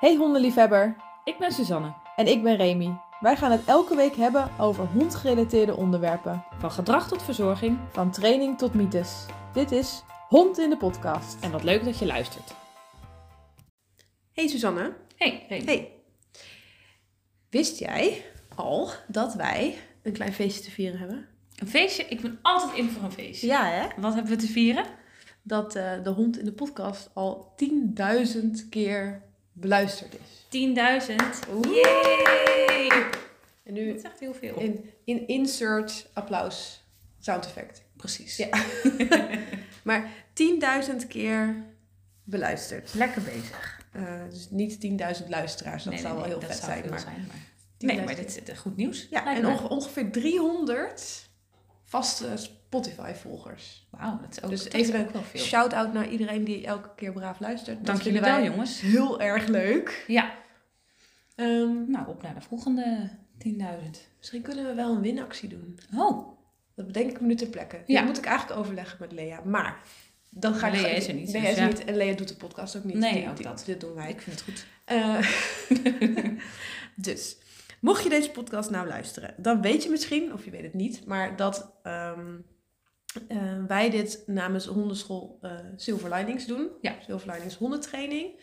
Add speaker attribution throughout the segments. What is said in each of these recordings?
Speaker 1: Hey hondenliefhebber,
Speaker 2: Ik ben Suzanne,
Speaker 1: en ik ben Remy. Wij gaan het elke week hebben over hondgerelateerde onderwerpen,
Speaker 2: van gedrag tot verzorging
Speaker 1: van training tot mythes. Dit is Hond in de Podcast.
Speaker 2: en wat leuk dat je luistert.
Speaker 3: Hey Suzanne.
Speaker 2: Hey, hey.
Speaker 3: Hey. Wist jij al dat wij een klein feestje te vieren hebben?
Speaker 2: Een feestje? Ik ben altijd in voor een feestje.
Speaker 3: Ja hè?
Speaker 2: Wat hebben we te vieren?
Speaker 3: Dat eh, de hond in de podcast al 10.000 keer beluisterd is.
Speaker 2: 10.000. Yay! Dat
Speaker 3: En nu
Speaker 2: is echt heel veel.
Speaker 3: in, in insert applaus sound effect.
Speaker 2: Precies.
Speaker 3: Ja. Maar 10.000 keer beluisterd.
Speaker 2: Lekker bezig.
Speaker 3: Eh, dus niet 10.000 luisteraars, dat
Speaker 2: Nee,
Speaker 3: zou
Speaker 2: nee,
Speaker 3: wel
Speaker 2: nee,
Speaker 3: heel vet
Speaker 2: dat zou
Speaker 3: zijn.
Speaker 2: veel
Speaker 3: Maar
Speaker 2: zijn, maar- Nee, maar
Speaker 3: 10.000
Speaker 2: dit is eh, goed nieuws.
Speaker 3: Ja,
Speaker 2: lijkt
Speaker 3: en
Speaker 2: mij.
Speaker 3: onge- ongeveer 300 vaste Spotify-volgers.
Speaker 2: Wauw, dat is ook,
Speaker 3: Dus
Speaker 2: dat
Speaker 3: even
Speaker 2: is
Speaker 3: een
Speaker 2: ook wel veel.
Speaker 3: Shout-out naar iedereen die elke keer braaf luistert. Dat
Speaker 2: Dank jullie
Speaker 3: vinden
Speaker 2: wel,
Speaker 3: wij
Speaker 2: jongens.
Speaker 3: Heel erg leuk.
Speaker 2: Ja,
Speaker 3: Ehm,
Speaker 2: nou op naar de volgende 10.000.
Speaker 3: misschien kunnen we wel een winactie doen.
Speaker 2: Oh,
Speaker 3: Dat bedenk ik me nu ter plekke. Dat
Speaker 2: Ja.
Speaker 3: moet ik eigenlijk overleggen met Lea. Maar dan ga ik...
Speaker 2: Lea is er niet,
Speaker 3: Lea
Speaker 2: dus
Speaker 3: is
Speaker 2: ja.
Speaker 3: niet. En Lea doet de podcast ook niet.
Speaker 2: Nee,
Speaker 3: Die-
Speaker 2: ook
Speaker 3: die-
Speaker 2: dat.
Speaker 3: Dit doen wij.
Speaker 2: ik vind het goed.
Speaker 3: Eh, dus, mocht je deze podcast nou luisteren, dan weet je misschien, of je weet het niet, maar dat ehm, eh, wij dit namens hondenschool eh Silver Linings doen.
Speaker 2: Ja.
Speaker 3: Silver Linings hondentraining.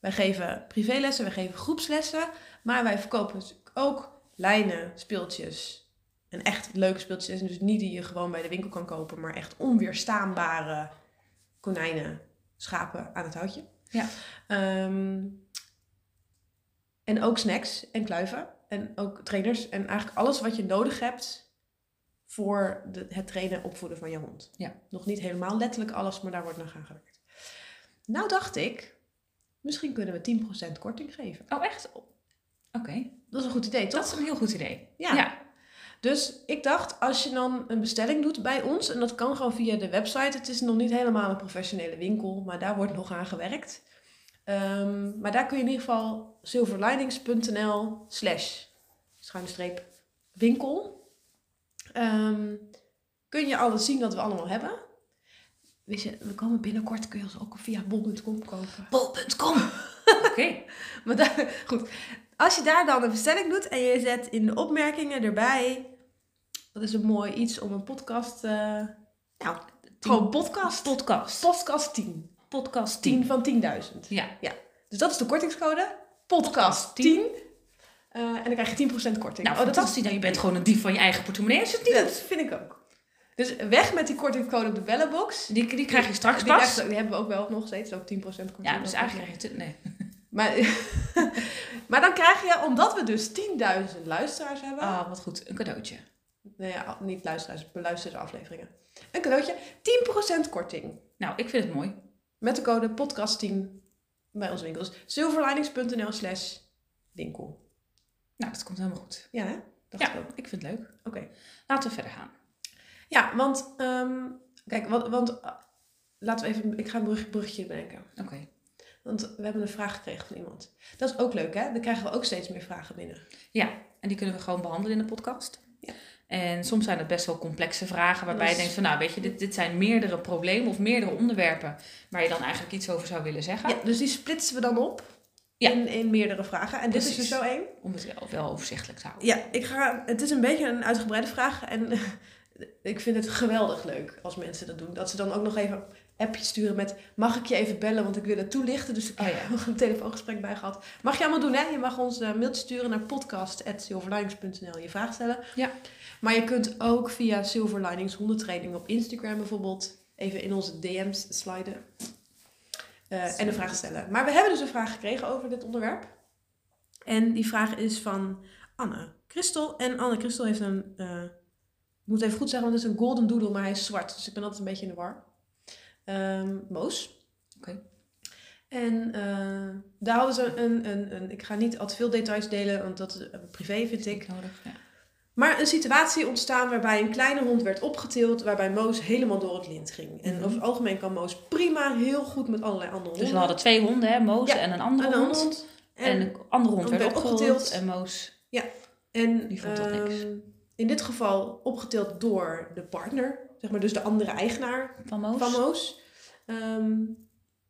Speaker 3: Wij geven privélessen, wij geven groepslessen, maar wij verkopen dus ook lijnen, speeltjes. En echt leuke speeltjes. En dus niet die je gewoon bij de winkel kan kopen, maar echt onweerstaanbare konijnen, schapen aan het houtje.
Speaker 2: Ja.
Speaker 3: Ehm, en ook snacks en kluiven. En ook trainers. En eigenlijk alles wat je nodig hebt voor de, het trainen en opvoeden van je hond.
Speaker 2: Ja.
Speaker 3: Nog niet helemaal letterlijk alles, maar daar wordt nog aan gewerkt. Nou dacht ik, misschien kunnen we 10% korting geven.
Speaker 2: Oh, echt? Oké,
Speaker 3: Dat is een goed idee, toch?
Speaker 2: dat is een heel goed idee.
Speaker 3: Ja. Dus ik dacht, als je dan een bestelling doet bij ons, en dat kan gewoon via de website, het is nog niet helemaal een professionele winkel, maar daar wordt nog aan gewerkt. Ehm, maar daar kun je in ieder geval silverlinings.nl slash schuine streep winkel. Ehm, kun je alles zien dat we allemaal hebben. Weet je, we komen binnenkort, kun je ons ook via bol.com kopen.
Speaker 2: Bol.com. Oké.
Speaker 3: Maar daar- goed, als je daar dan een bestelling doet en je zet in de opmerkingen erbij, dat is een mooi iets om een podcast, eh, nou, gewoon podcast,
Speaker 2: Podcast.
Speaker 3: podcast 10,
Speaker 2: Podcast 10.
Speaker 3: 10 van 10.000.
Speaker 2: Ja.
Speaker 3: Dus dat is de kortingscode, podcast 10, Eh, en dan krijg je 10% korting.
Speaker 2: Nou,
Speaker 3: Oh, dat is-
Speaker 2: fantastisch. Nou, je bent gewoon een dief van je eigen portemonnee als je het niet
Speaker 3: Dat vind ik ook. Dus weg met die kortingscode op de bellenbox.
Speaker 2: doet. Die, die krijg je straks
Speaker 3: Die,
Speaker 2: pas.
Speaker 3: krijg- die hebben we ook wel nog steeds, ook 10% korting.
Speaker 2: Ja, dus eigenlijk krijg je het... Nee.
Speaker 3: Maar, maar dan krijg je, omdat we dus 10.000 luisteraars hebben...
Speaker 2: Ah, wat goed. Een cadeautje.
Speaker 3: Nou ja, niet luisteraars, beluisterde afleveringen. Een cadeautje. 10% korting.
Speaker 2: Nou, ik vind het mooi.
Speaker 3: Met de code podcast10 bij onze winkels. Silverlinings.nl slash winkel.
Speaker 2: Nou, dat komt helemaal goed.
Speaker 3: Ja, hè? Dacht
Speaker 2: ja,
Speaker 3: ik ook.
Speaker 2: ik, vind het leuk.
Speaker 3: Oké.
Speaker 2: Laten we verder gaan.
Speaker 3: Ja, want... ehm, kijk, want... want ah, laten we even... Ik ga een brug- bruggetje bedenken.
Speaker 2: Oké.
Speaker 3: Want we hebben een vraag gekregen van iemand. Dat is ook leuk, hè? Dan krijgen we ook steeds meer vragen binnen.
Speaker 2: Ja, en die kunnen we gewoon behandelen in de podcast.
Speaker 3: Ja.
Speaker 2: En soms zijn het best wel complexe vragen waarbij
Speaker 3: Dat
Speaker 2: je denkt
Speaker 3: is-
Speaker 2: van... Nou, weet je, dit, dit zijn meerdere problemen of meerdere onderwerpen... waar je dan eigenlijk iets over zou willen zeggen.
Speaker 3: Ja, dus die splitsen we dan op.
Speaker 2: Ja.
Speaker 3: In, in meerdere vragen. En dit
Speaker 2: Precies.
Speaker 3: is er zo één.
Speaker 2: Om het wel, wel overzichtelijk te houden.
Speaker 3: Ja, ik ga, het is een beetje een uitgebreide vraag. En ik vind het geweldig leuk als mensen dat doen. Dat ze dan ook nog even een appje sturen met... Mag ik je even bellen, want ik wil het toelichten. Dus ik
Speaker 2: Oh
Speaker 3: heb nog een telefoongesprek bij gehad. Mag je allemaal doen, hè? Je mag ons eh, mailtje sturen naar podcast.silverlinings.nl. Je vraag stellen.
Speaker 2: Ja.
Speaker 3: Maar je kunt ook via Silverlinings hondentraining op Instagram bijvoorbeeld... even in onze DM's sliden. Eh, en een vraag stellen. Maar we hebben dus een vraag gekregen over dit onderwerp. En die vraag is van Anne Christel. En Anne Christel heeft een. eh, ik moet even goed zeggen, want het is een golden doodle, maar hij is zwart. Dus ik ben altijd een beetje in de war. Ehm, moos.
Speaker 2: Oké.
Speaker 3: En eh, daar hadden ze een, een, een. Ik ga niet al te veel details delen, want dat is eh, privé, vind ik.
Speaker 2: ik nodig. Ja.
Speaker 3: Maar een situatie ontstaan waarbij een kleine hond werd opgetild, waarbij Moos helemaal door het lint ging. En
Speaker 2: Mhm.
Speaker 3: over het algemeen kan Moos prima heel goed met allerlei andere honden.
Speaker 2: Dus we hadden twee honden, hè? Moos
Speaker 3: Ja,
Speaker 2: en een andere
Speaker 3: Een
Speaker 2: hond.
Speaker 3: hond.
Speaker 2: En een andere hond
Speaker 3: hond
Speaker 2: werd
Speaker 3: werd
Speaker 2: opgerold
Speaker 3: opgetild.
Speaker 2: en Moos.
Speaker 3: En
Speaker 2: Die vond dat niks.
Speaker 3: ehm, in dit geval opgetild door de partner, zeg maar, dus de andere eigenaar
Speaker 2: Van Moos.
Speaker 3: van Moos. Ehm,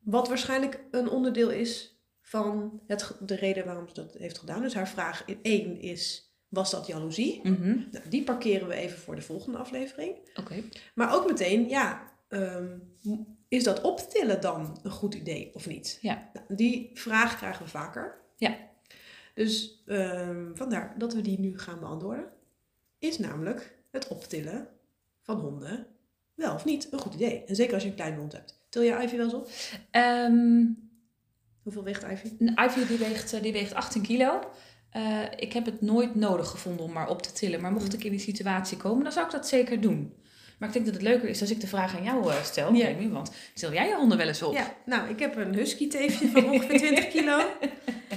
Speaker 3: wat waarschijnlijk een onderdeel is van het, ge- de reden waarom ze dat heeft gedaan. Dus haar vraag in één is, was dat jaloezie?
Speaker 2: Mhm.
Speaker 3: Nou, die parkeren we even voor de volgende aflevering.
Speaker 2: Oké.
Speaker 3: Maar ook meteen, ja, ehm, m- is dat optillen dan een goed idee of niet?
Speaker 2: Ja.
Speaker 3: Nou, die vraag krijgen we vaker.
Speaker 2: Ja.
Speaker 3: Dus ehm, vandaar dat we die nu gaan beantwoorden. Is namelijk het optillen van honden wel of niet een goed idee? En zeker als je een kleine hond hebt. Til je Ivy wel eens op?
Speaker 2: Ehm,
Speaker 3: Hoeveel weegt Ivy?
Speaker 2: Een Ivy die weegt, eh, die weegt 18 kilo. Eh, ik heb het nooit nodig gevonden om maar op te tillen. Maar
Speaker 3: Mhm.
Speaker 2: mocht ik in die situatie komen, dan zou ik dat zeker doen. Maar ik denk dat het leuker is als ik de vraag aan jou eh, stel.
Speaker 3: Ja.
Speaker 2: Jamie, want til jij je honden wel eens op?
Speaker 3: Ja, nou, ik heb een husky teefje van ongeveer 20 kilo.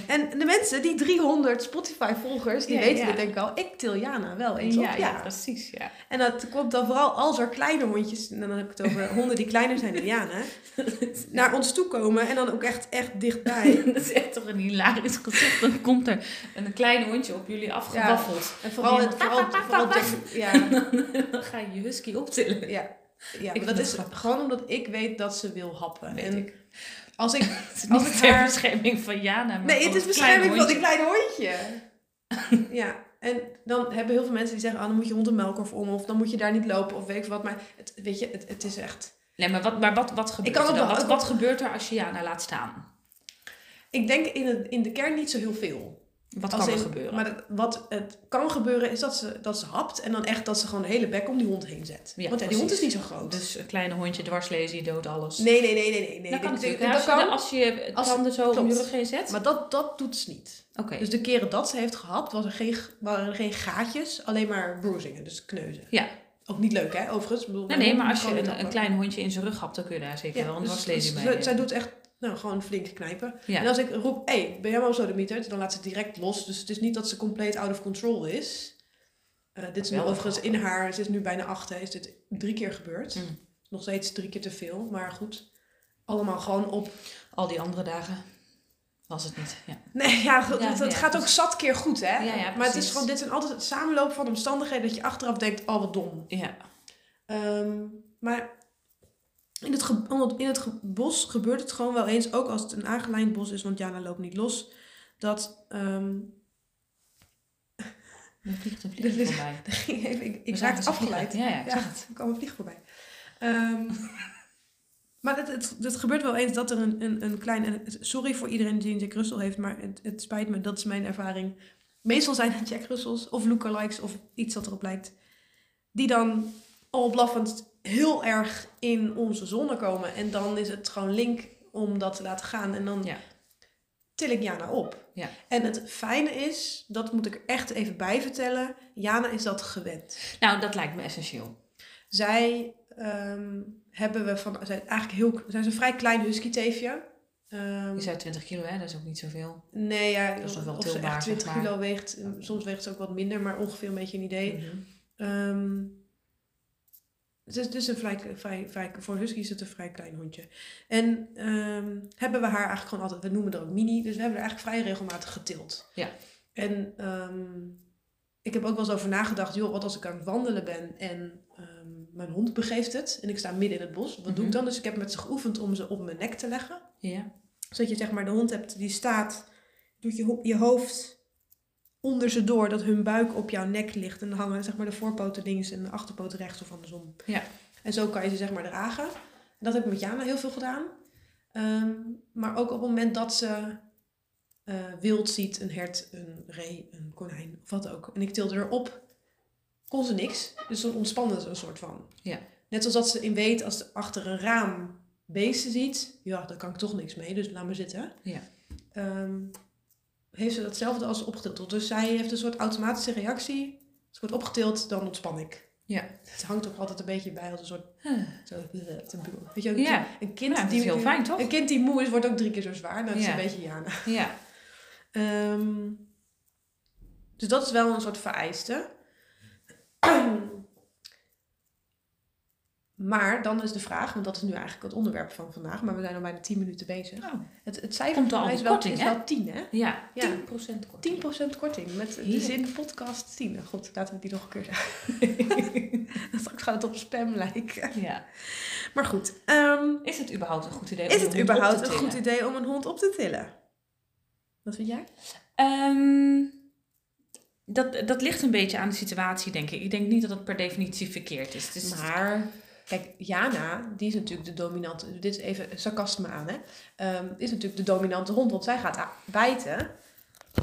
Speaker 3: En de mensen, die 300 Spotify-volgers, die
Speaker 2: Ja,
Speaker 3: weten
Speaker 2: ja.
Speaker 3: dit denk ik al. Ik til Jana wel eens
Speaker 2: ja,
Speaker 3: op.
Speaker 2: ja, precies. Ja.
Speaker 3: En dat komt dan vooral als er kleine hondjes, en dan heb ik het over honden die kleiner zijn dan Jana, naar ons toe komen en dan ook echt, echt dichtbij.
Speaker 2: dat is echt toch een hilarisch gezicht. Dan komt er een klein hondje op jullie afgewaffeld.
Speaker 3: En vooral het, vooral, vooral denk- ja,
Speaker 2: Dan ga je je husky optillen.
Speaker 3: ja, ja
Speaker 2: vind
Speaker 3: maar dat
Speaker 2: het
Speaker 3: is
Speaker 2: grappig.
Speaker 3: gewoon omdat ik weet dat ze wil happen.
Speaker 2: Weet
Speaker 3: en
Speaker 2: ik.
Speaker 3: als ik,
Speaker 2: Het is
Speaker 3: Als
Speaker 2: niet
Speaker 3: ik
Speaker 2: ter
Speaker 3: haar-
Speaker 2: bescherming van Jana, maar
Speaker 3: nee,
Speaker 2: van
Speaker 3: het is
Speaker 2: het kleine
Speaker 3: bescherming van
Speaker 2: hondje.
Speaker 3: een klein hondje. ja, en dan hebben heel veel mensen die zeggen, ah, dan moet je hondenmelk of om, of dan moet je daar niet lopen, of weet ik wat. Maar het, weet je, het, het is echt...
Speaker 2: Nee, maar wat, maar wat, wat gebeurt
Speaker 3: kan
Speaker 2: er
Speaker 3: het
Speaker 2: dan?
Speaker 3: wel-
Speaker 2: Wat, wat gebeurt er als je Jana laat staan?
Speaker 3: Ik denk in, het, in de kern niet zo heel veel.
Speaker 2: Wat
Speaker 3: Als
Speaker 2: kan er
Speaker 3: in-
Speaker 2: gebeuren?
Speaker 3: Maar dat- wat het kan gebeuren is dat ze, dat ze hapt en dan echt dat ze gewoon de hele bek om die hond heen zet.
Speaker 2: Ja,
Speaker 3: Want ja,
Speaker 2: precies.
Speaker 3: die hond is niet zo groot.
Speaker 2: Dus een kleine hondje dwarslezen, je doodt alles.
Speaker 3: nee, nee, nee, nee, nee. nee.
Speaker 2: dat kan
Speaker 3: Dit- dit-
Speaker 2: natuurlijk. hè. als,
Speaker 3: dat
Speaker 2: je de-
Speaker 3: kan,
Speaker 2: als je je
Speaker 3: Als-
Speaker 2: tanden zo om
Speaker 3: klopt.
Speaker 2: je rug heen zet.
Speaker 3: Maar dat, dat doet ze niet.
Speaker 2: Oké.
Speaker 3: Dus de keren dat ze heeft gehapt was er geen, waren er geen gaatjes, alleen maar bruisingen, dus kneuzen.
Speaker 2: Ja.
Speaker 3: Ook niet leuk hè, overigens. Ik bedoel,
Speaker 2: Nou, nee, nee, maar als je
Speaker 3: kan het
Speaker 2: een, een
Speaker 3: happen.
Speaker 2: klein hondje in zijn rug hapt, dan kun je daar zeker
Speaker 3: Ja,
Speaker 2: wel een
Speaker 3: dus-
Speaker 2: dwarslezen
Speaker 3: dus
Speaker 2: bij
Speaker 3: ze- Zij doet echt nou, gewoon flinke knijpen.
Speaker 2: Ja.
Speaker 3: En als ik roep, hé, hey, ben jij wel zo de mieter? Dan laat ze het direct los. Dus het is niet dat ze compleet out of control is. Eh, dit is nu
Speaker 2: Wel
Speaker 3: overigens in
Speaker 2: grappig.
Speaker 3: haar, ze is nu bijna acht, hè, is dit drie keer gebeurd.
Speaker 2: Mm.
Speaker 3: Nog steeds drie keer te veel, maar goed. Allemaal gewoon op.
Speaker 2: Al die andere dagen was het niet. Ja.
Speaker 3: Nee, ja, goed,
Speaker 2: Ja,
Speaker 3: het, het
Speaker 2: ja,
Speaker 3: gaat ook zat keer goed, hè?
Speaker 2: Ja, ja,
Speaker 3: maar het is
Speaker 2: precies.
Speaker 3: gewoon, dit zijn altijd het samenloop van omstandigheden dat je achteraf denkt, oh wat dom.
Speaker 2: ja.
Speaker 3: Ehm, maar in het, ge- om het- in het ge- bos gebeurt het gewoon wel eens, ook als het een aangelijnd bos is, want Jana loopt niet los, dat... ehm,
Speaker 2: Er vliegt een
Speaker 3: Er
Speaker 2: vliegtuig
Speaker 3: vliegt-
Speaker 2: voorbij.
Speaker 3: er ging even- ik
Speaker 2: We
Speaker 3: ik
Speaker 2: zagen
Speaker 3: raakte
Speaker 2: ze vliegen.
Speaker 3: afgeleid.
Speaker 2: Ja, ja. ik
Speaker 3: Ja,
Speaker 2: zag het.
Speaker 3: er kwam een vlieg voorbij. Ehm, maar het, het, het gebeurt wel eens dat er een, een, een klein... en het- Sorry voor iedereen die een Jack Russell heeft, maar het, het spijt me, dat is mijn ervaring. Meestal zijn het Jack Russells of lookalikes of iets dat erop lijkt. Die dan al blaffend heel erg in onze zonne komen. En dan is het gewoon link om dat te laten gaan. En dan
Speaker 2: Ja.
Speaker 3: til ik Jana op.
Speaker 2: Ja.
Speaker 3: En het fijne is, dat moet ik er echt even bij vertellen. Jana is dat gewend.
Speaker 2: Nou, dat lijkt me essentieel.
Speaker 3: Zij ehm, hebben we van, zijn eigenlijk heel, zijn ze een vrij klein husky teefje. Ehm,
Speaker 2: Je zei 20 kilo, hè? dat is ook niet zoveel.
Speaker 3: nee, ja,
Speaker 2: is nog
Speaker 3: of,
Speaker 2: wel
Speaker 3: of ze
Speaker 2: tilbaar,
Speaker 3: echt
Speaker 2: zeg
Speaker 3: 20
Speaker 2: maar.
Speaker 3: kilo weegt. Soms weegt ze ook wat minder, maar ongeveer een beetje een idee.
Speaker 2: Mhm.
Speaker 3: Ehm, het is dus een vrij, vrij, vrij, voor een husky is het een vrij klein hondje. En ehm, hebben we haar eigenlijk gewoon altijd, we noemen haar ook mini, dus we hebben haar eigenlijk vrij regelmatig getild.
Speaker 2: Ja.
Speaker 3: En ehm, ik heb ook wel eens over nagedacht, joh, wat als ik aan het wandelen ben en ehm, mijn hond begeeft het en ik sta midden in het bos, wat doe ik
Speaker 2: Mhm.
Speaker 3: dan? Dus ik heb met ze geoefend om ze op mijn nek te leggen
Speaker 2: Ja.
Speaker 3: zodat je zeg maar de hond hebt die staat, doet je, ho- je hoofd onder ze door, dat hun buik op jouw nek ligt. En dan hangen zeg maar de voorpoten links en de achterpoten rechts of andersom.
Speaker 2: Ja.
Speaker 3: En zo kan je ze zeg maar dragen. En dat heb ik met Jana heel veel gedaan. Ehm, maar ook op het moment dat ze eh, wild ziet, een hert, een ree, een konijn of wat ook. En ik tilde erop, kon ze niks. Dus dan ontspannen ze een soort van.
Speaker 2: Ja.
Speaker 3: Net zoals dat ze in weet als ze achter een raam beesten ziet, ja, daar kan ik toch niks mee, dus laat maar zitten.
Speaker 2: Ja.
Speaker 3: Ehm, heeft ze datzelfde als opgetild wordt. Dus zij heeft een soort automatische reactie. Als ik word opgetild, dan ontspan ik.
Speaker 2: Ja.
Speaker 3: Het hangt ook altijd een beetje bij als een soort...
Speaker 2: Huh.
Speaker 3: Zo, eh, te boe. Weet je, ook,
Speaker 2: Ja.
Speaker 3: een kind
Speaker 2: Nou, dat
Speaker 3: die,
Speaker 2: is heel fijn, toch?
Speaker 3: Een kind die moe is, wordt ook drie keer zo zwaar. Nou, dat is
Speaker 2: Ja.
Speaker 3: een beetje Jana.
Speaker 2: Ja.
Speaker 3: Ehm, dus dat is wel een soort vereiste. maar dan is de vraag, want dat is nu eigenlijk het onderwerp van vandaag, maar we zijn al bijna 10 minuten bezig.
Speaker 2: Oh.
Speaker 3: Het, het cijfer
Speaker 2: Komt er
Speaker 3: voor mij
Speaker 2: al
Speaker 3: is
Speaker 2: die
Speaker 3: wel,
Speaker 2: korting,
Speaker 3: is
Speaker 2: hè?
Speaker 3: wel 10, hè?
Speaker 2: Ja.
Speaker 3: Ja.
Speaker 2: 10% korting.
Speaker 3: 10% korting. Met,
Speaker 2: Heerlijk.
Speaker 3: dus in de podcast 10. Goed, laten we die nog een keer zeggen. Straks gaat het op spam lijken.
Speaker 2: Ja.
Speaker 3: Maar goed, ehm,
Speaker 2: Is het überhaupt een goed idee om
Speaker 3: is
Speaker 2: je
Speaker 3: het
Speaker 2: hond op te
Speaker 3: überhaupt een
Speaker 2: tillen?
Speaker 3: goed idee om een hond op te tillen? Wat vind jij?
Speaker 2: Ehm, dat, dat ligt een beetje aan de situatie, denk ik. Ik denk niet dat het per definitie verkeerd is. Dus
Speaker 3: Maar, kijk, Jana, die is natuurlijk de dominante, dit is even sarcasme aan, hè, Ehm, is natuurlijk de dominante hond, want zij gaat a- bijten.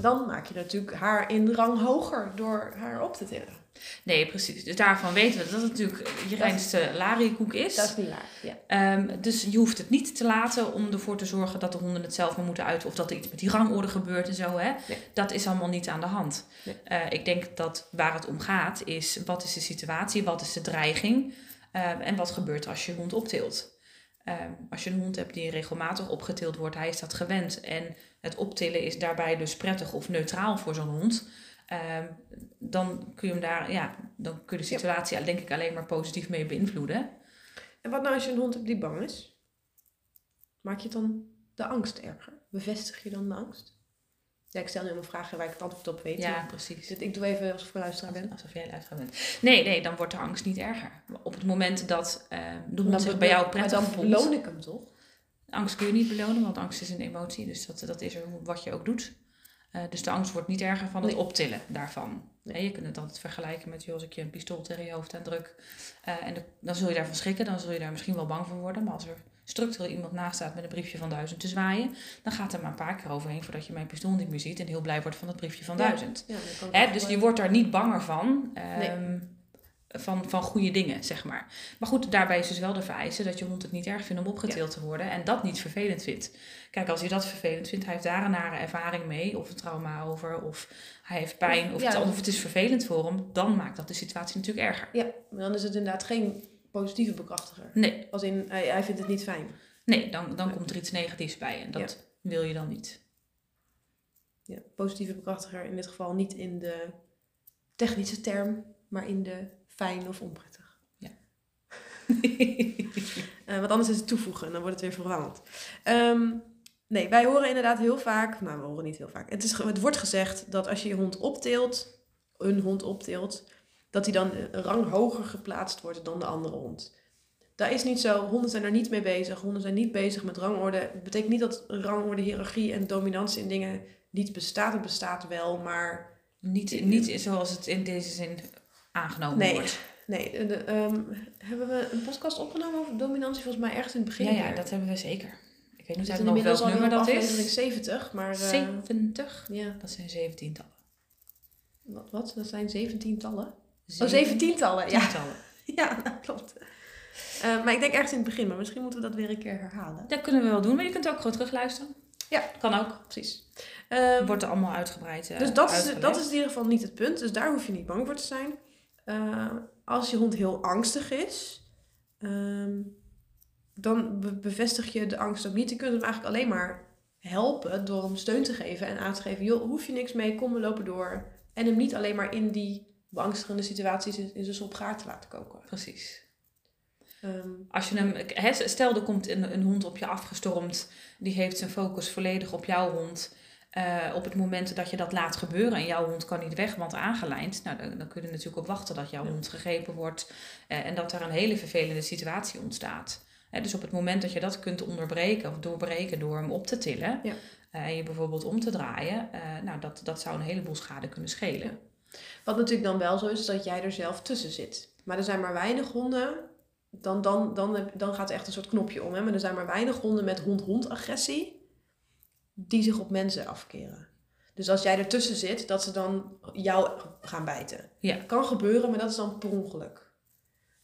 Speaker 3: Dan maak je natuurlijk haar in rang hoger door haar op te tillen.
Speaker 2: Nee, precies. Dus daarvan weten we dat het natuurlijk je reinste lariekoek is.
Speaker 3: Dat is niet waar. Ja.
Speaker 2: Ehm, dus je hoeft het niet te laten om ervoor te zorgen dat de honden het zelf maar moeten uiten. Of dat er iets met die rangorde gebeurt en zo. Hè?
Speaker 3: Nee.
Speaker 2: Dat is allemaal niet aan de hand.
Speaker 3: Nee.
Speaker 2: Eh, ik denk dat waar het om gaat is wat is de situatie, wat is de dreiging. ehm, en wat gebeurt er als je hond optilt. Ehm, als je een hond hebt die regelmatig opgetild wordt, hij is dat gewend. En het optillen is daarbij dus prettig of neutraal voor zo'n hond. Ehm, dan kun je hem daar, ja, dan kun je de
Speaker 3: Ja.
Speaker 2: situatie denk ik alleen maar positief mee beïnvloeden.
Speaker 3: En wat nou als je een hond hebt die bang is? Maak je dan de angst erger? Bevestig je dan de angst? Ja, ik stel nu allemaal vragen waar ik het antwoord op weet.
Speaker 2: Ja,
Speaker 3: maar
Speaker 2: precies.
Speaker 3: dit- Ik doe even alsof ik een luisteraar ben.
Speaker 2: Alsof jij luisteraar bent. Nee, nee, dan wordt de angst niet erger. Op het moment dat eh, de hond
Speaker 3: Dan
Speaker 2: zich
Speaker 3: be-
Speaker 2: bij jou
Speaker 3: maar
Speaker 2: prettig
Speaker 3: dan
Speaker 2: voelt.
Speaker 3: beloon ik hem toch?
Speaker 2: Angst kun je niet belonen, want angst is een emotie. Dus dat, dat is er hoe- wat je ook doet. Eh, dus de angst wordt niet erger van het
Speaker 3: Nee.
Speaker 2: optillen daarvan.
Speaker 3: Nee.
Speaker 2: Hè, je kunt het altijd vergelijken met, joh, als ik je een pistool tegen je hoofd aandruk. eh en de- dan zul je daarvan schrikken, dan zul je daar misschien wel bang voor worden. Maar als er structureel iemand naast staat met een briefje van duizend te zwaaien, dan gaat er maar een paar keer overheen voordat je mijn pistool niet meer ziet en heel blij wordt van dat briefje van
Speaker 3: Ja.
Speaker 2: duizend.
Speaker 3: Ja, dan kan ik
Speaker 2: Hè,
Speaker 3: ook
Speaker 2: dus
Speaker 3: wel-
Speaker 2: je wordt daar niet banger van. ehm,
Speaker 3: Nee.
Speaker 2: van, van goede dingen, zeg maar. Maar goed, daarbij is dus wel de vereiste dat je hond het niet erg vindt om opgetild te worden. En dat niet vervelend vindt. Kijk, als hij dat vervelend vindt, hij heeft daar een nare ervaring mee. Of een trauma over, of hij heeft pijn, of,
Speaker 3: Ja,
Speaker 2: het,
Speaker 3: dat-
Speaker 2: of het is vervelend voor hem. Dan maakt dat de situatie natuurlijk erger.
Speaker 3: Ja, maar dan is het inderdaad geen positieve bekrachtiger.
Speaker 2: Nee,
Speaker 3: Als in, hij, hij vindt het niet fijn.
Speaker 2: nee dan, dan komt er iets negatiefs bij. En dat wil je dan niet.
Speaker 3: Ja, positieve bekrachtiger in dit geval niet in de technische term, maar in de fijn of onprettig.
Speaker 2: Ja.
Speaker 3: Eh, want anders is het toevoegen en dan wordt het weer verwarrend. Ehm, nee, wij horen inderdaad heel vaak, nou we horen niet heel vaak, het, is, ge- het wordt gezegd dat als je je hond opteelt, een hond opteelt, dat hij dan een rang hoger geplaatst wordt dan de andere hond. Dat is niet zo. Honden zijn er niet mee bezig. Honden zijn niet bezig met rangorde. Het betekent niet dat rangorde, hiërarchie en dominantie in dingen niet bestaat. Het bestaat wel, maar
Speaker 2: Niet, niet zoals het in deze zin aangenomen
Speaker 3: Nee.
Speaker 2: wordt.
Speaker 3: nee. eh, de, ehm, hebben we een podcast opgenomen over dominantie? Volgens mij ergens in het begin.
Speaker 2: Ja, ja,
Speaker 3: weer.
Speaker 2: dat hebben we zeker. Ik weet
Speaker 3: We
Speaker 2: niet uit
Speaker 3: zitten
Speaker 2: mijn
Speaker 3: inmiddels
Speaker 2: hoofd
Speaker 3: al
Speaker 2: welk nummer
Speaker 3: in
Speaker 2: dat
Speaker 3: aflevering
Speaker 2: is.
Speaker 3: 70, maar... eh,
Speaker 2: 70.
Speaker 3: ja,
Speaker 2: Dat zijn zeventientallen.
Speaker 3: wat, wat? Dat zijn zeventientallen? Oh,
Speaker 2: Zeven-
Speaker 3: zeventientallen, ja.
Speaker 2: tientallen.
Speaker 3: Ja, dat klopt. Eh, maar ik denk ergens in het begin, maar misschien moeten we dat weer een keer herhalen.
Speaker 2: Dat kunnen we wel doen, maar je kunt ook gewoon terugluisteren.
Speaker 3: Ja.
Speaker 2: Kan ook.
Speaker 3: Precies. Ehm,
Speaker 2: Wordt er allemaal uitgebreid. eh,
Speaker 3: Dus dat is,
Speaker 2: uitgelegd.
Speaker 3: dat is in ieder geval niet het punt. Dus daar hoef je niet bang voor te zijn. Eh, als je hond heel angstig is, ehm, dan be- bevestig je de angst ook niet. Je kunt hem eigenlijk alleen maar helpen door hem steun te geven en aan te geven: joh, hoef je niks mee, kom, we lopen door. En hem niet alleen maar in die beangstigende situaties in, in zijn sop gaar te laten koken.
Speaker 2: Precies.
Speaker 3: Ehm,
Speaker 2: Als je hem, hè, stel er komt een, een hond op je afgestormd. Die heeft zijn focus volledig op jouw hond. Eh, op het moment dat je dat laat gebeuren en jouw hond kan niet weg, want aangelijnd. Nou, dan, dan kun je er natuurlijk op wachten dat jouw
Speaker 3: Ja.
Speaker 2: hond gegrepen wordt. eh, en dat daar een hele vervelende situatie ontstaat. Hè, dus op het moment dat je dat kunt onderbreken of doorbreken door hem op te tillen.
Speaker 3: Ja.
Speaker 2: eh, en je bijvoorbeeld om te draaien. eh, nou, dat, dat zou een heleboel schade kunnen schelen.
Speaker 3: Ja. Wat natuurlijk dan wel zo is, is dat jij er zelf tussen zit. Maar er zijn maar weinig honden. Dan, dan, dan, heb- dan gaat er echt een soort knopje om. Hè? Maar er zijn maar weinig honden met hond-hond agressie. Die zich op mensen afkeren. Dus als jij ertussen zit, dat ze dan jou gaan bijten.
Speaker 2: Ja.
Speaker 3: Kan gebeuren, maar dat is dan per ongeluk.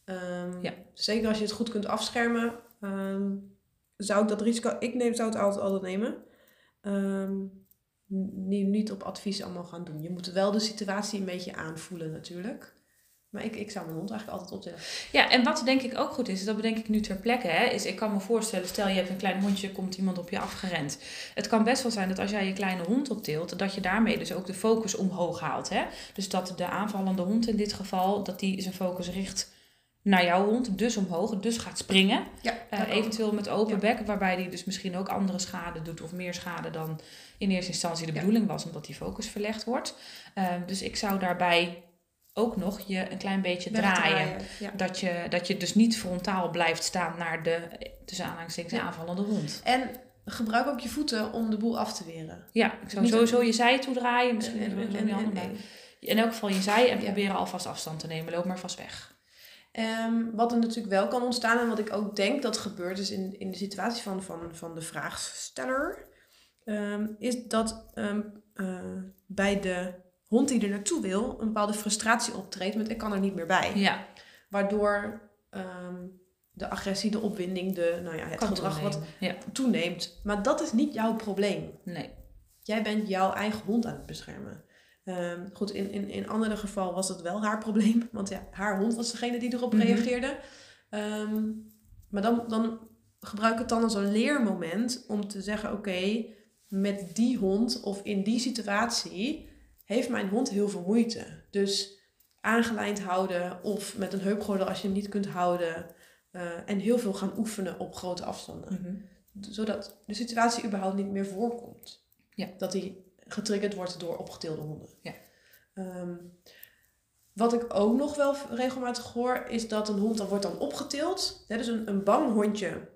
Speaker 3: Ehm,
Speaker 2: Ja.
Speaker 3: Zeker als je het goed kunt afschermen. ehm, zou ik dat risico... Ik neem, zou het altijd, altijd nemen. Ehm, ni- niet op advies allemaal gaan doen. Je moet wel de situatie een beetje aanvoelen natuurlijk. Maar ik, ik zou mijn hond eigenlijk altijd optillen.
Speaker 2: Ja, en wat denk ik ook goed is, dat bedenk ik nu ter plekke, hè, is ik kan me voorstellen, stel je hebt een klein hondje, komt iemand op je afgerend. Het kan best wel zijn dat als jij je kleine hond optilt, dat je daarmee dus ook de focus omhoog haalt. Hè? Dus dat de aanvallende hond in dit geval, dat die zijn focus richt naar jouw hond, dus omhoog, dus gaat springen.
Speaker 3: Ja,
Speaker 2: Eh,
Speaker 3: dat kan.
Speaker 2: eventueel met open
Speaker 3: Ja.
Speaker 2: bek, waarbij die dus misschien ook andere schade doet of meer schade dan in eerste instantie de
Speaker 3: Ja.
Speaker 2: bedoeling was, omdat die focus verlegd wordt. Eh, dus ik zou daarbij ook nog je een klein beetje draaien.
Speaker 3: Ja.
Speaker 2: Dat je, dat je dus niet frontaal blijft staan naar de eh, tussen aanhalingstekens
Speaker 3: Ja.
Speaker 2: aanvallende hond.
Speaker 3: En gebruik ook je voeten om de boel af te weren.
Speaker 2: Ja, ik zou
Speaker 3: Niet-
Speaker 2: sowieso je zij toedraaien. Misschien
Speaker 3: En-
Speaker 2: doen we het
Speaker 3: en-
Speaker 2: met die
Speaker 3: en-
Speaker 2: handen,
Speaker 3: en-
Speaker 2: maar In elk geval je zij en
Speaker 3: Ja.
Speaker 2: proberen alvast afstand te nemen. Loop maar vast weg.
Speaker 3: Ehm, wat er natuurlijk wel kan ontstaan en wat ik ook denk dat gebeurt is in, in de situatie van, van, van de vraagsteller, ehm, is dat ehm, eh, bij de hond die er naartoe wil een bepaalde frustratie optreedt met ik kan er niet meer bij.
Speaker 2: Ja,
Speaker 3: Waardoor ehm, de agressie, de opwinding, de, nou ja, het
Speaker 2: kan
Speaker 3: gedrag
Speaker 2: toenemen.
Speaker 3: wat
Speaker 2: Ja,
Speaker 3: toeneemt. Maar dat is niet jouw probleem.
Speaker 2: nee.
Speaker 3: Jij bent jouw eigen hond aan het beschermen. Ehm, goed, in, in, in andere geval was dat wel haar probleem. Want ja, haar hond was degene die erop
Speaker 2: Mhm.
Speaker 3: reageerde. Ehm, maar dan, dan gebruik het dan als een leermoment om te zeggen... oké, met die hond of in die situatie heeft mijn hond heel veel moeite. Dus aangelijnd houden of met een heupgordel als je hem niet kunt houden. eh, en heel veel gaan oefenen op grote afstanden zodat de situatie überhaupt niet meer voorkomt.
Speaker 2: Ja.
Speaker 3: Dat die getriggerd wordt door opgetilde honden.
Speaker 2: Ja.
Speaker 3: Ehm, wat ik ook nog wel regelmatig hoor, is dat een hond dan wordt dan opgetild. Hè, dus een, een bang hondje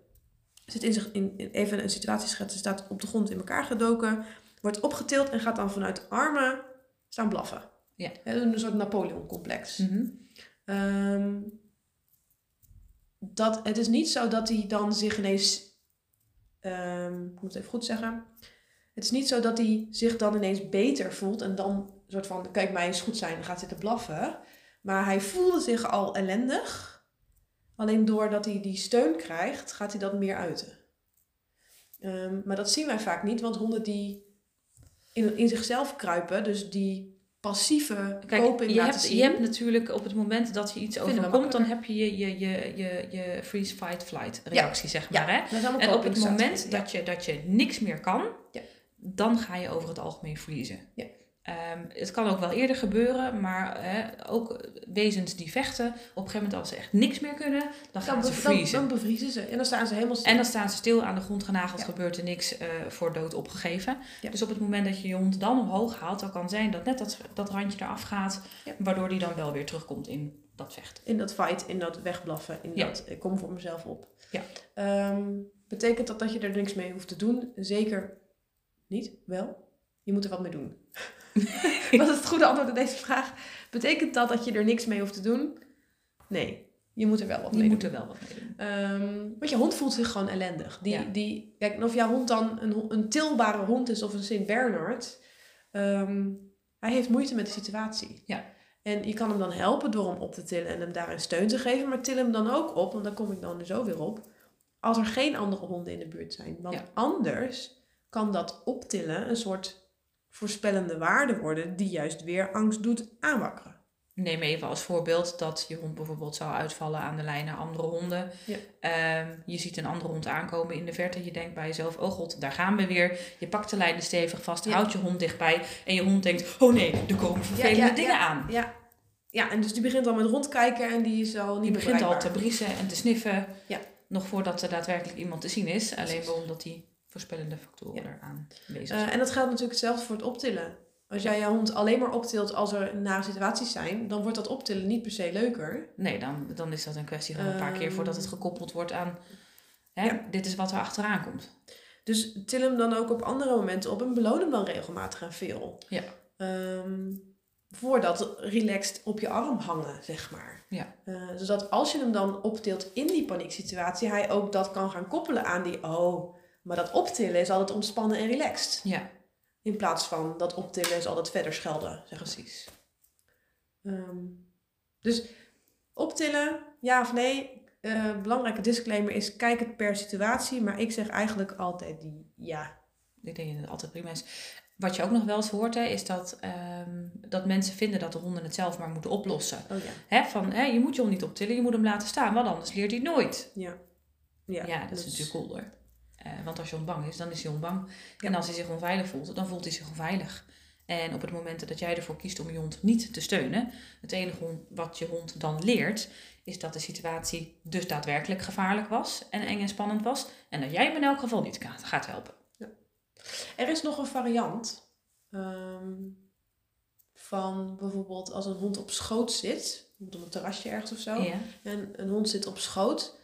Speaker 3: zit in zich, in, in- even een situatie schetsen, staat op de grond in elkaar gedoken, wordt opgetild en gaat dan vanuit de armen staan blaffen.
Speaker 2: Ja.
Speaker 3: Hè, een soort Napoleon-complex.
Speaker 2: Mhm.
Speaker 3: Ehm, dat, het is niet zo dat hij dan zich ineens. ehm, ik moet het even goed zeggen. Het is niet zo dat hij zich dan ineens beter voelt en dan een soort van: kijk, mij is goed zijn, gaat zitten blaffen. Maar hij voelde zich al ellendig. Alleen doordat hij die steun krijgt, gaat hij dat meer uiten. Ehm, maar dat zien wij vaak niet, want honden die in, in zichzelf kruipen, dus die passieve
Speaker 2: Kijk,
Speaker 3: coping
Speaker 2: je
Speaker 3: laten
Speaker 2: hebt,
Speaker 3: zien.
Speaker 2: je hebt natuurlijk op het moment dat je iets
Speaker 3: Vinden we
Speaker 2: overkomt, dan heb je je, je, je, je, je freeze, fight, flight reactie, zeg maar. Hè?
Speaker 3: Dat is allemaal
Speaker 2: En op het
Speaker 3: copingstrategie,
Speaker 2: moment
Speaker 3: ja.
Speaker 2: dat, je, dat je niks meer kan,
Speaker 3: Ja.
Speaker 2: dan ga je over het algemeen verliezen.
Speaker 3: Ja.
Speaker 2: Ehm, het kan ook wel eerder gebeuren, maar hè, ook wezens die vechten, op een gegeven moment als ze echt niks meer kunnen, dan gaan
Speaker 3: Dan,
Speaker 2: ze
Speaker 3: be- dan-
Speaker 2: verliezen.
Speaker 3: dan bevriezen ze en dan staan ze helemaal stil.
Speaker 2: En dan staan ze stil aan de grond genageld,
Speaker 3: Ja.
Speaker 2: gebeurt er niks eh, voor dood opgegeven.
Speaker 3: Ja.
Speaker 2: Dus op het moment dat je je hond dan omhoog haalt, dan kan zijn dat net dat, dat randje eraf gaat,
Speaker 3: Ja.
Speaker 2: waardoor die dan wel weer terugkomt in dat vechten.
Speaker 3: In dat fight, in dat wegblaffen, in
Speaker 2: Ja.
Speaker 3: dat ik kom voor mezelf op.
Speaker 2: Ja.
Speaker 3: Ehm, betekent dat dat je er niks mee hoeft te doen? Zeker niet, wel. Je moet er wat mee doen. Wat is het goede antwoord op deze vraag? Betekent dat dat je er niks mee hoeft te doen? Nee, je moet er wel wat
Speaker 2: Je
Speaker 3: mee
Speaker 2: moet
Speaker 3: doen.
Speaker 2: er wel wat mee doen.
Speaker 3: Ehm, want je hond voelt zich gewoon ellendig. Die,
Speaker 2: Ja.
Speaker 3: die, kijk, en of jouw hond dan een, ho- een tilbare hond is of een Sint Bernard, ehm, hij heeft moeite met de situatie.
Speaker 2: Ja.
Speaker 3: En je kan hem dan helpen door hem op te tillen en hem daarin steun te geven, maar til hem dan ook op, want daar kom ik dan zo weer op, als er geen andere honden in de buurt zijn. Want
Speaker 2: Ja.
Speaker 3: anders kan dat optillen een soort voorspellende waarde worden die juist weer angst doet aanwakkeren.
Speaker 2: Neem even als voorbeeld dat je hond bijvoorbeeld zou uitvallen aan de lijn naar andere honden.
Speaker 3: Ja.
Speaker 2: Ehm, je ziet een andere hond aankomen in de verte. Je denkt bij jezelf, oh god, daar gaan we weer. Je pakt de lijnen stevig vast,
Speaker 3: Ja.
Speaker 2: houdt je hond dichtbij. En je hond denkt, oh nee, er komen vervelende
Speaker 3: ja,
Speaker 2: dingen aan.
Speaker 3: Ja. Ja, en dus die begint al met rondkijken en die is al niet
Speaker 2: Die
Speaker 3: meer
Speaker 2: begint al
Speaker 3: bereikbaar.
Speaker 2: te briezen en te sniffen.
Speaker 3: Ja.
Speaker 2: Nog voordat er daadwerkelijk iemand te zien is. Alleen
Speaker 3: Precies.
Speaker 2: wel omdat die voorspellende factoren
Speaker 3: Ja.
Speaker 2: eraan bezig zijn.
Speaker 3: Eh, en dat geldt natuurlijk hetzelfde voor het optillen. Als jij je hond alleen maar optilt als er nare situaties zijn, dan wordt dat optillen niet per se leuker.
Speaker 2: nee, dan, dan is dat een kwestie van een paar keer
Speaker 3: Ehm.
Speaker 2: voordat het gekoppeld wordt aan... Hè, Dit is wat er achteraan komt.
Speaker 3: Dus til hem dan ook op andere momenten op en beloon hem dan regelmatig en veel.
Speaker 2: Ja.
Speaker 3: Ehm, voordat relaxed op je arm hangen, zeg maar.
Speaker 2: Ja.
Speaker 3: Eh, zodat als je hem dan optilt in die panieksituatie, hij ook dat kan gaan koppelen aan die, oh, maar dat optillen is altijd ontspannen en relaxed.
Speaker 2: Ja,
Speaker 3: In plaats van dat optillen is altijd verder schelden, zeg maar.
Speaker 2: precies.
Speaker 3: Ehm, dus optillen, ja of nee. Eh, belangrijke disclaimer is: kijk het per situatie. Maar ik zeg eigenlijk altijd die ja.
Speaker 2: Ik denk dat het altijd prima is. Wat je ook nog wel eens hoort, hè, is dat, ehm, dat mensen vinden dat de honden het zelf maar moeten oplossen.
Speaker 3: Oh ja.
Speaker 2: Hè, van, hè, je moet je hond niet optillen, je moet hem laten staan, want anders leert hij het nooit.
Speaker 3: Ja, dus
Speaker 2: Ja, dat is natuurlijk cool hoor. Eh, want als je hond bang is, dan is hij onbang.
Speaker 3: Ja.
Speaker 2: En als hij zich onveilig voelt, dan voelt hij zich onveilig. En op het moment dat jij ervoor kiest om je hond niet te steunen, het enige hond- wat je hond dan leert, is dat de situatie dus daadwerkelijk gevaarlijk was en eng en spannend was. En dat jij hem in elk geval niet ka- gaat helpen.
Speaker 3: Er is nog een variant ehm, van bijvoorbeeld als een hond op schoot Oh. zit, bijvoorbeeld op een terrasje ergens of zo.
Speaker 2: Ja.
Speaker 3: En een hond zit op schoot.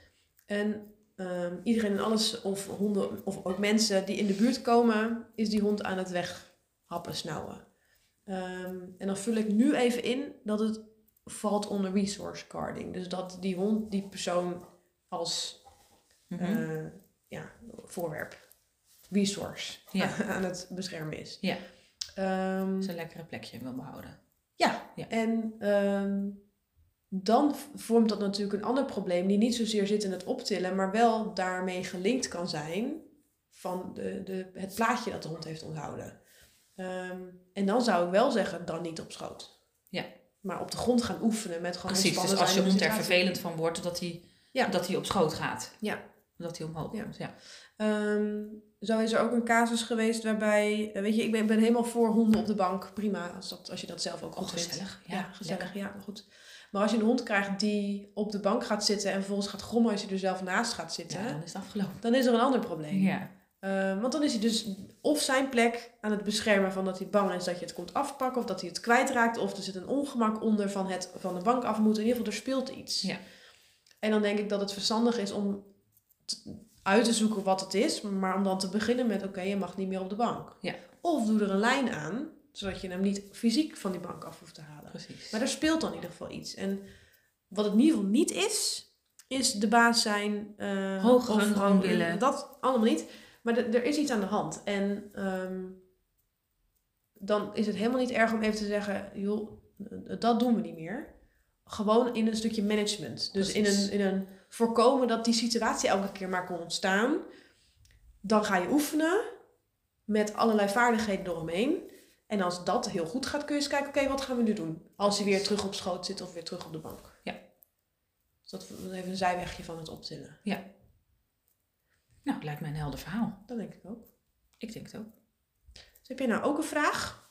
Speaker 3: En eh, ehm, iedereen en alles, of honden of ook mensen die in de buurt komen, is die hond aan het weghappen, snauwen. Ehm, en dan vul ik nu even in dat het valt onder resource guarding. Dus dat die hond die persoon als
Speaker 2: Mhm.
Speaker 3: eh, ja, voorwerp, resource
Speaker 2: Ja.
Speaker 3: aan het beschermen is.
Speaker 2: Ja.
Speaker 3: Ehm,
Speaker 2: Dus een lekkere plekje wil behouden.
Speaker 3: ja,
Speaker 2: Ja.
Speaker 3: en ehm, dan v- vormt dat natuurlijk een ander probleem die niet zozeer zit in het optillen, maar wel daarmee gelinkt kan zijn van de, de, het plaatje dat de hond heeft onthouden. Ehm, en dan zou ik wel zeggen, dan niet op schoot.
Speaker 2: Ja.
Speaker 3: Maar op de grond gaan oefenen met gewoon
Speaker 2: Precies, dus
Speaker 3: ontspannen
Speaker 2: als je
Speaker 3: zijn in
Speaker 2: hond
Speaker 3: de
Speaker 2: er
Speaker 3: situatie.
Speaker 2: vervelend van wordt, dat hij,
Speaker 3: Ja.
Speaker 2: dat hij op schoot gaat.
Speaker 3: Ja.
Speaker 2: Dat hij omhoog
Speaker 3: Ja.
Speaker 2: komt, ja.
Speaker 3: Ehm, zo is er ook een casus geweest waarbij, eh, weet je, ik ben, ben helemaal voor honden op de bank. Prima, als, dat, als je dat zelf ook
Speaker 2: Oh,
Speaker 3: goed vindt.
Speaker 2: gezellig. Ja,
Speaker 3: Ja, gezellig.
Speaker 2: lekker.
Speaker 3: Ja, goed. Maar als je een hond krijgt die op de bank gaat zitten en vervolgens gaat grommen als je er zelf naast gaat zitten,
Speaker 2: Ja, dan is het afgelopen.
Speaker 3: dan is er een ander probleem.
Speaker 2: Ja.
Speaker 3: Eh, want dan is hij dus of zijn plek aan het beschermen van dat hij bang is dat je het komt afpakken, of dat hij het kwijtraakt, of er zit een ongemak onder van het van de bank af moeten. In ieder geval, er speelt iets.
Speaker 2: Ja.
Speaker 3: En dan denk ik dat het verstandig is om t- uit te zoeken wat het is, maar om dan te beginnen met: oké, je mag niet meer op de bank.
Speaker 2: Ja.
Speaker 3: Of doe er een lijn aan, zodat je hem niet fysiek van die bank af hoeft te halen.
Speaker 2: Precies.
Speaker 3: Maar er speelt dan in ieder geval iets. En wat het in ieder geval niet is, is de baas zijn. eh,
Speaker 2: Hoger
Speaker 3: of-
Speaker 2: rang willen.
Speaker 3: Dat allemaal niet. Maar de- er is iets aan de hand. En ehm, dan is het helemaal niet erg om even te zeggen, joh, dat doen we niet meer. Gewoon in een stukje management. Dus in
Speaker 2: Precies.
Speaker 3: een, in een voorkomen dat die situatie elke keer maar kon ontstaan. Dan ga je oefenen met allerlei vaardigheden eromheen. En als dat heel goed gaat, kun je eens kijken, oké, wat gaan we nu doen? Als hij weer terug op schoot zit of weer terug op de bank.
Speaker 2: Ja.
Speaker 3: Dus dat is even een zijwegje van het optillen.
Speaker 2: Nou, lijkt mij een helder verhaal.
Speaker 3: Dat denk ik ook.
Speaker 2: Ik denk het ook.
Speaker 3: Dus heb je nou ook een vraag?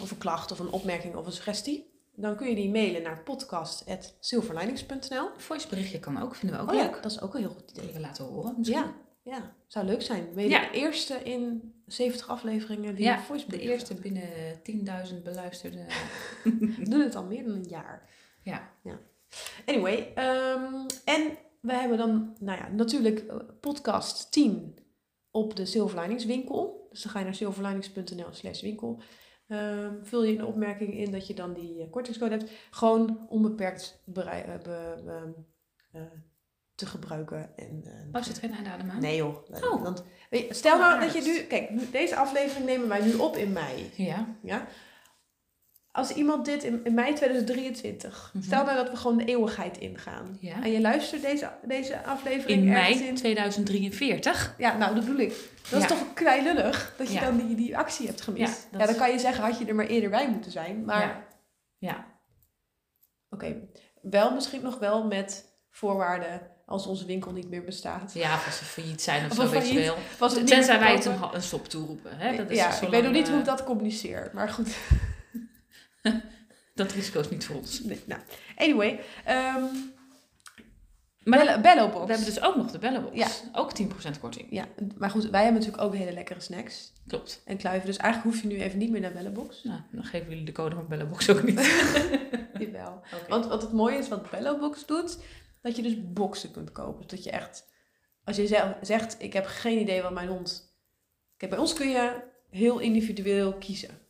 Speaker 3: Of een klacht of een opmerking of een suggestie? Dan kun je die mailen naar podcast.silverlinings.nl.
Speaker 2: Een voice berichtje kan ook, vinden we ook
Speaker 3: Oh ja,
Speaker 2: leuk.
Speaker 3: dat is ook een heel goed idee.
Speaker 2: Even laten horen
Speaker 3: Ja, ja, zou leuk zijn. Ben je
Speaker 2: Ja.
Speaker 3: de eerste in 70 afleveringen die
Speaker 2: Ja,
Speaker 3: een voice
Speaker 2: De eerste binnen 10.000 beluisterde.
Speaker 3: We doen het al meer dan een jaar.
Speaker 2: Ja.
Speaker 3: Anyway, ehm, en we hebben dan, nou ja, natuurlijk eh, podcast 10 op de Silverliningswinkel. Dus dan ga je naar silverlinings.nl slash winkel. Ehm, vul je een opmerking in dat je dan die eh, kortingscode hebt. Gewoon onbeperkt berei- eh, be- be- eh, te gebruiken. En, eh,
Speaker 2: Oh, zit geen einde adem aan?
Speaker 3: Nee joh.
Speaker 2: Oh.
Speaker 3: Want, weet je, stel nou dat je
Speaker 2: Aardig.
Speaker 3: nu... Kijk, nu- deze aflevering nemen wij nu op in mei.
Speaker 2: Ja.
Speaker 3: Ja? Als iemand dit in, in mei 2023...
Speaker 2: Mhm.
Speaker 3: Stel nou dat we gewoon de eeuwigheid ingaan.
Speaker 2: ja.
Speaker 3: En je luistert deze, deze aflevering
Speaker 2: In
Speaker 3: ergens
Speaker 2: mei
Speaker 3: in...
Speaker 2: 2043.
Speaker 3: Ja, nou, dat bedoel ik. Dat
Speaker 2: Ja.
Speaker 3: is toch knij lullig dat je
Speaker 2: Ja.
Speaker 3: dan die, die actie hebt gemist.
Speaker 2: Ja,
Speaker 3: Ja,
Speaker 2: dat
Speaker 3: dan
Speaker 2: is-
Speaker 3: kan je zeggen, had je er maar eerder bij moeten zijn. Maar
Speaker 2: Ja. Ja.
Speaker 3: oké, wel misschien nog wel met voorwaarden als onze winkel niet meer bestaat.
Speaker 2: Ja, of als ze failliet zijn of,
Speaker 3: Of
Speaker 2: zo, weet je
Speaker 3: failliet.
Speaker 2: wel.
Speaker 3: Was niet
Speaker 2: Tenzij
Speaker 3: meer
Speaker 2: wij het
Speaker 3: te
Speaker 2: een,
Speaker 3: kopen?
Speaker 2: ha- een stop toeroepen. Hè? Dat is
Speaker 3: ja,
Speaker 2: zolang,
Speaker 3: ik weet nog niet
Speaker 2: eh,
Speaker 3: hoe ik dat communiceer, maar goed.
Speaker 2: Dat risico is niet voor ons.
Speaker 3: Nee, nou, anyway. ehm
Speaker 2: Maar
Speaker 3: Bello, bellobox.
Speaker 2: we hebben dus ook nog de bellenbox.
Speaker 3: Ja.
Speaker 2: Ook 10% korting.
Speaker 3: Ja, maar goed, wij hebben natuurlijk ook hele lekkere snacks
Speaker 2: Klopt.
Speaker 3: en kluiven. Dus eigenlijk hoef je nu even niet meer naar Bellenbox.
Speaker 2: Nou, dan geven jullie de code van bellenbox ook niet.
Speaker 3: Jawel.
Speaker 2: Want
Speaker 3: Want wat het mooie is wat Bellobox doet, dat je dus boxen kunt kopen. Dat je echt, als je zelf zegt, ik heb geen idee wat mijn hond... Kijk, bij ons kun je heel individueel kiezen.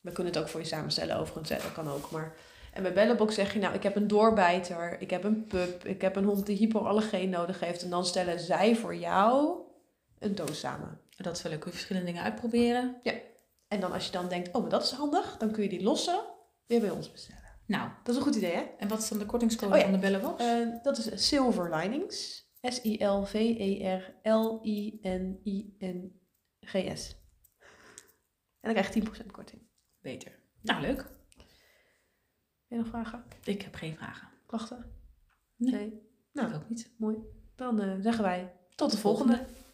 Speaker 3: We kunnen het ook voor je samenstellen overigens, hè, dat kan ook. Maar... En bij Bellenbox zeg je, nou, ik heb een doorbijter, ik heb een pup, ik heb een hond die hypoallergeen nodig heeft. En dan stellen zij voor jou een doos samen.
Speaker 2: dat we leuk weer verschillende dingen uitproberen.
Speaker 3: En dan als je dan denkt, oh, maar dat is handig, dan kun je die lossen weer bij ons bestellen.
Speaker 2: Nou,
Speaker 3: Dat is een goed idee, hè?
Speaker 2: en wat is dan de kortingscode
Speaker 3: Oh ja.
Speaker 2: van de bellenbox?
Speaker 3: Eh, dat is Silver Linings. E S-I-L-V-E-R-L-I-N-I-N-G-S. En dan krijg je 10% korting.
Speaker 2: Beter. Nou, leuk.
Speaker 3: Heb je nog vragen?
Speaker 2: Ik heb geen vragen.
Speaker 3: Klachten?
Speaker 2: Nee.
Speaker 3: Nou.
Speaker 2: Ik ook niet.
Speaker 3: Dan eh, zeggen wij tot de volgende.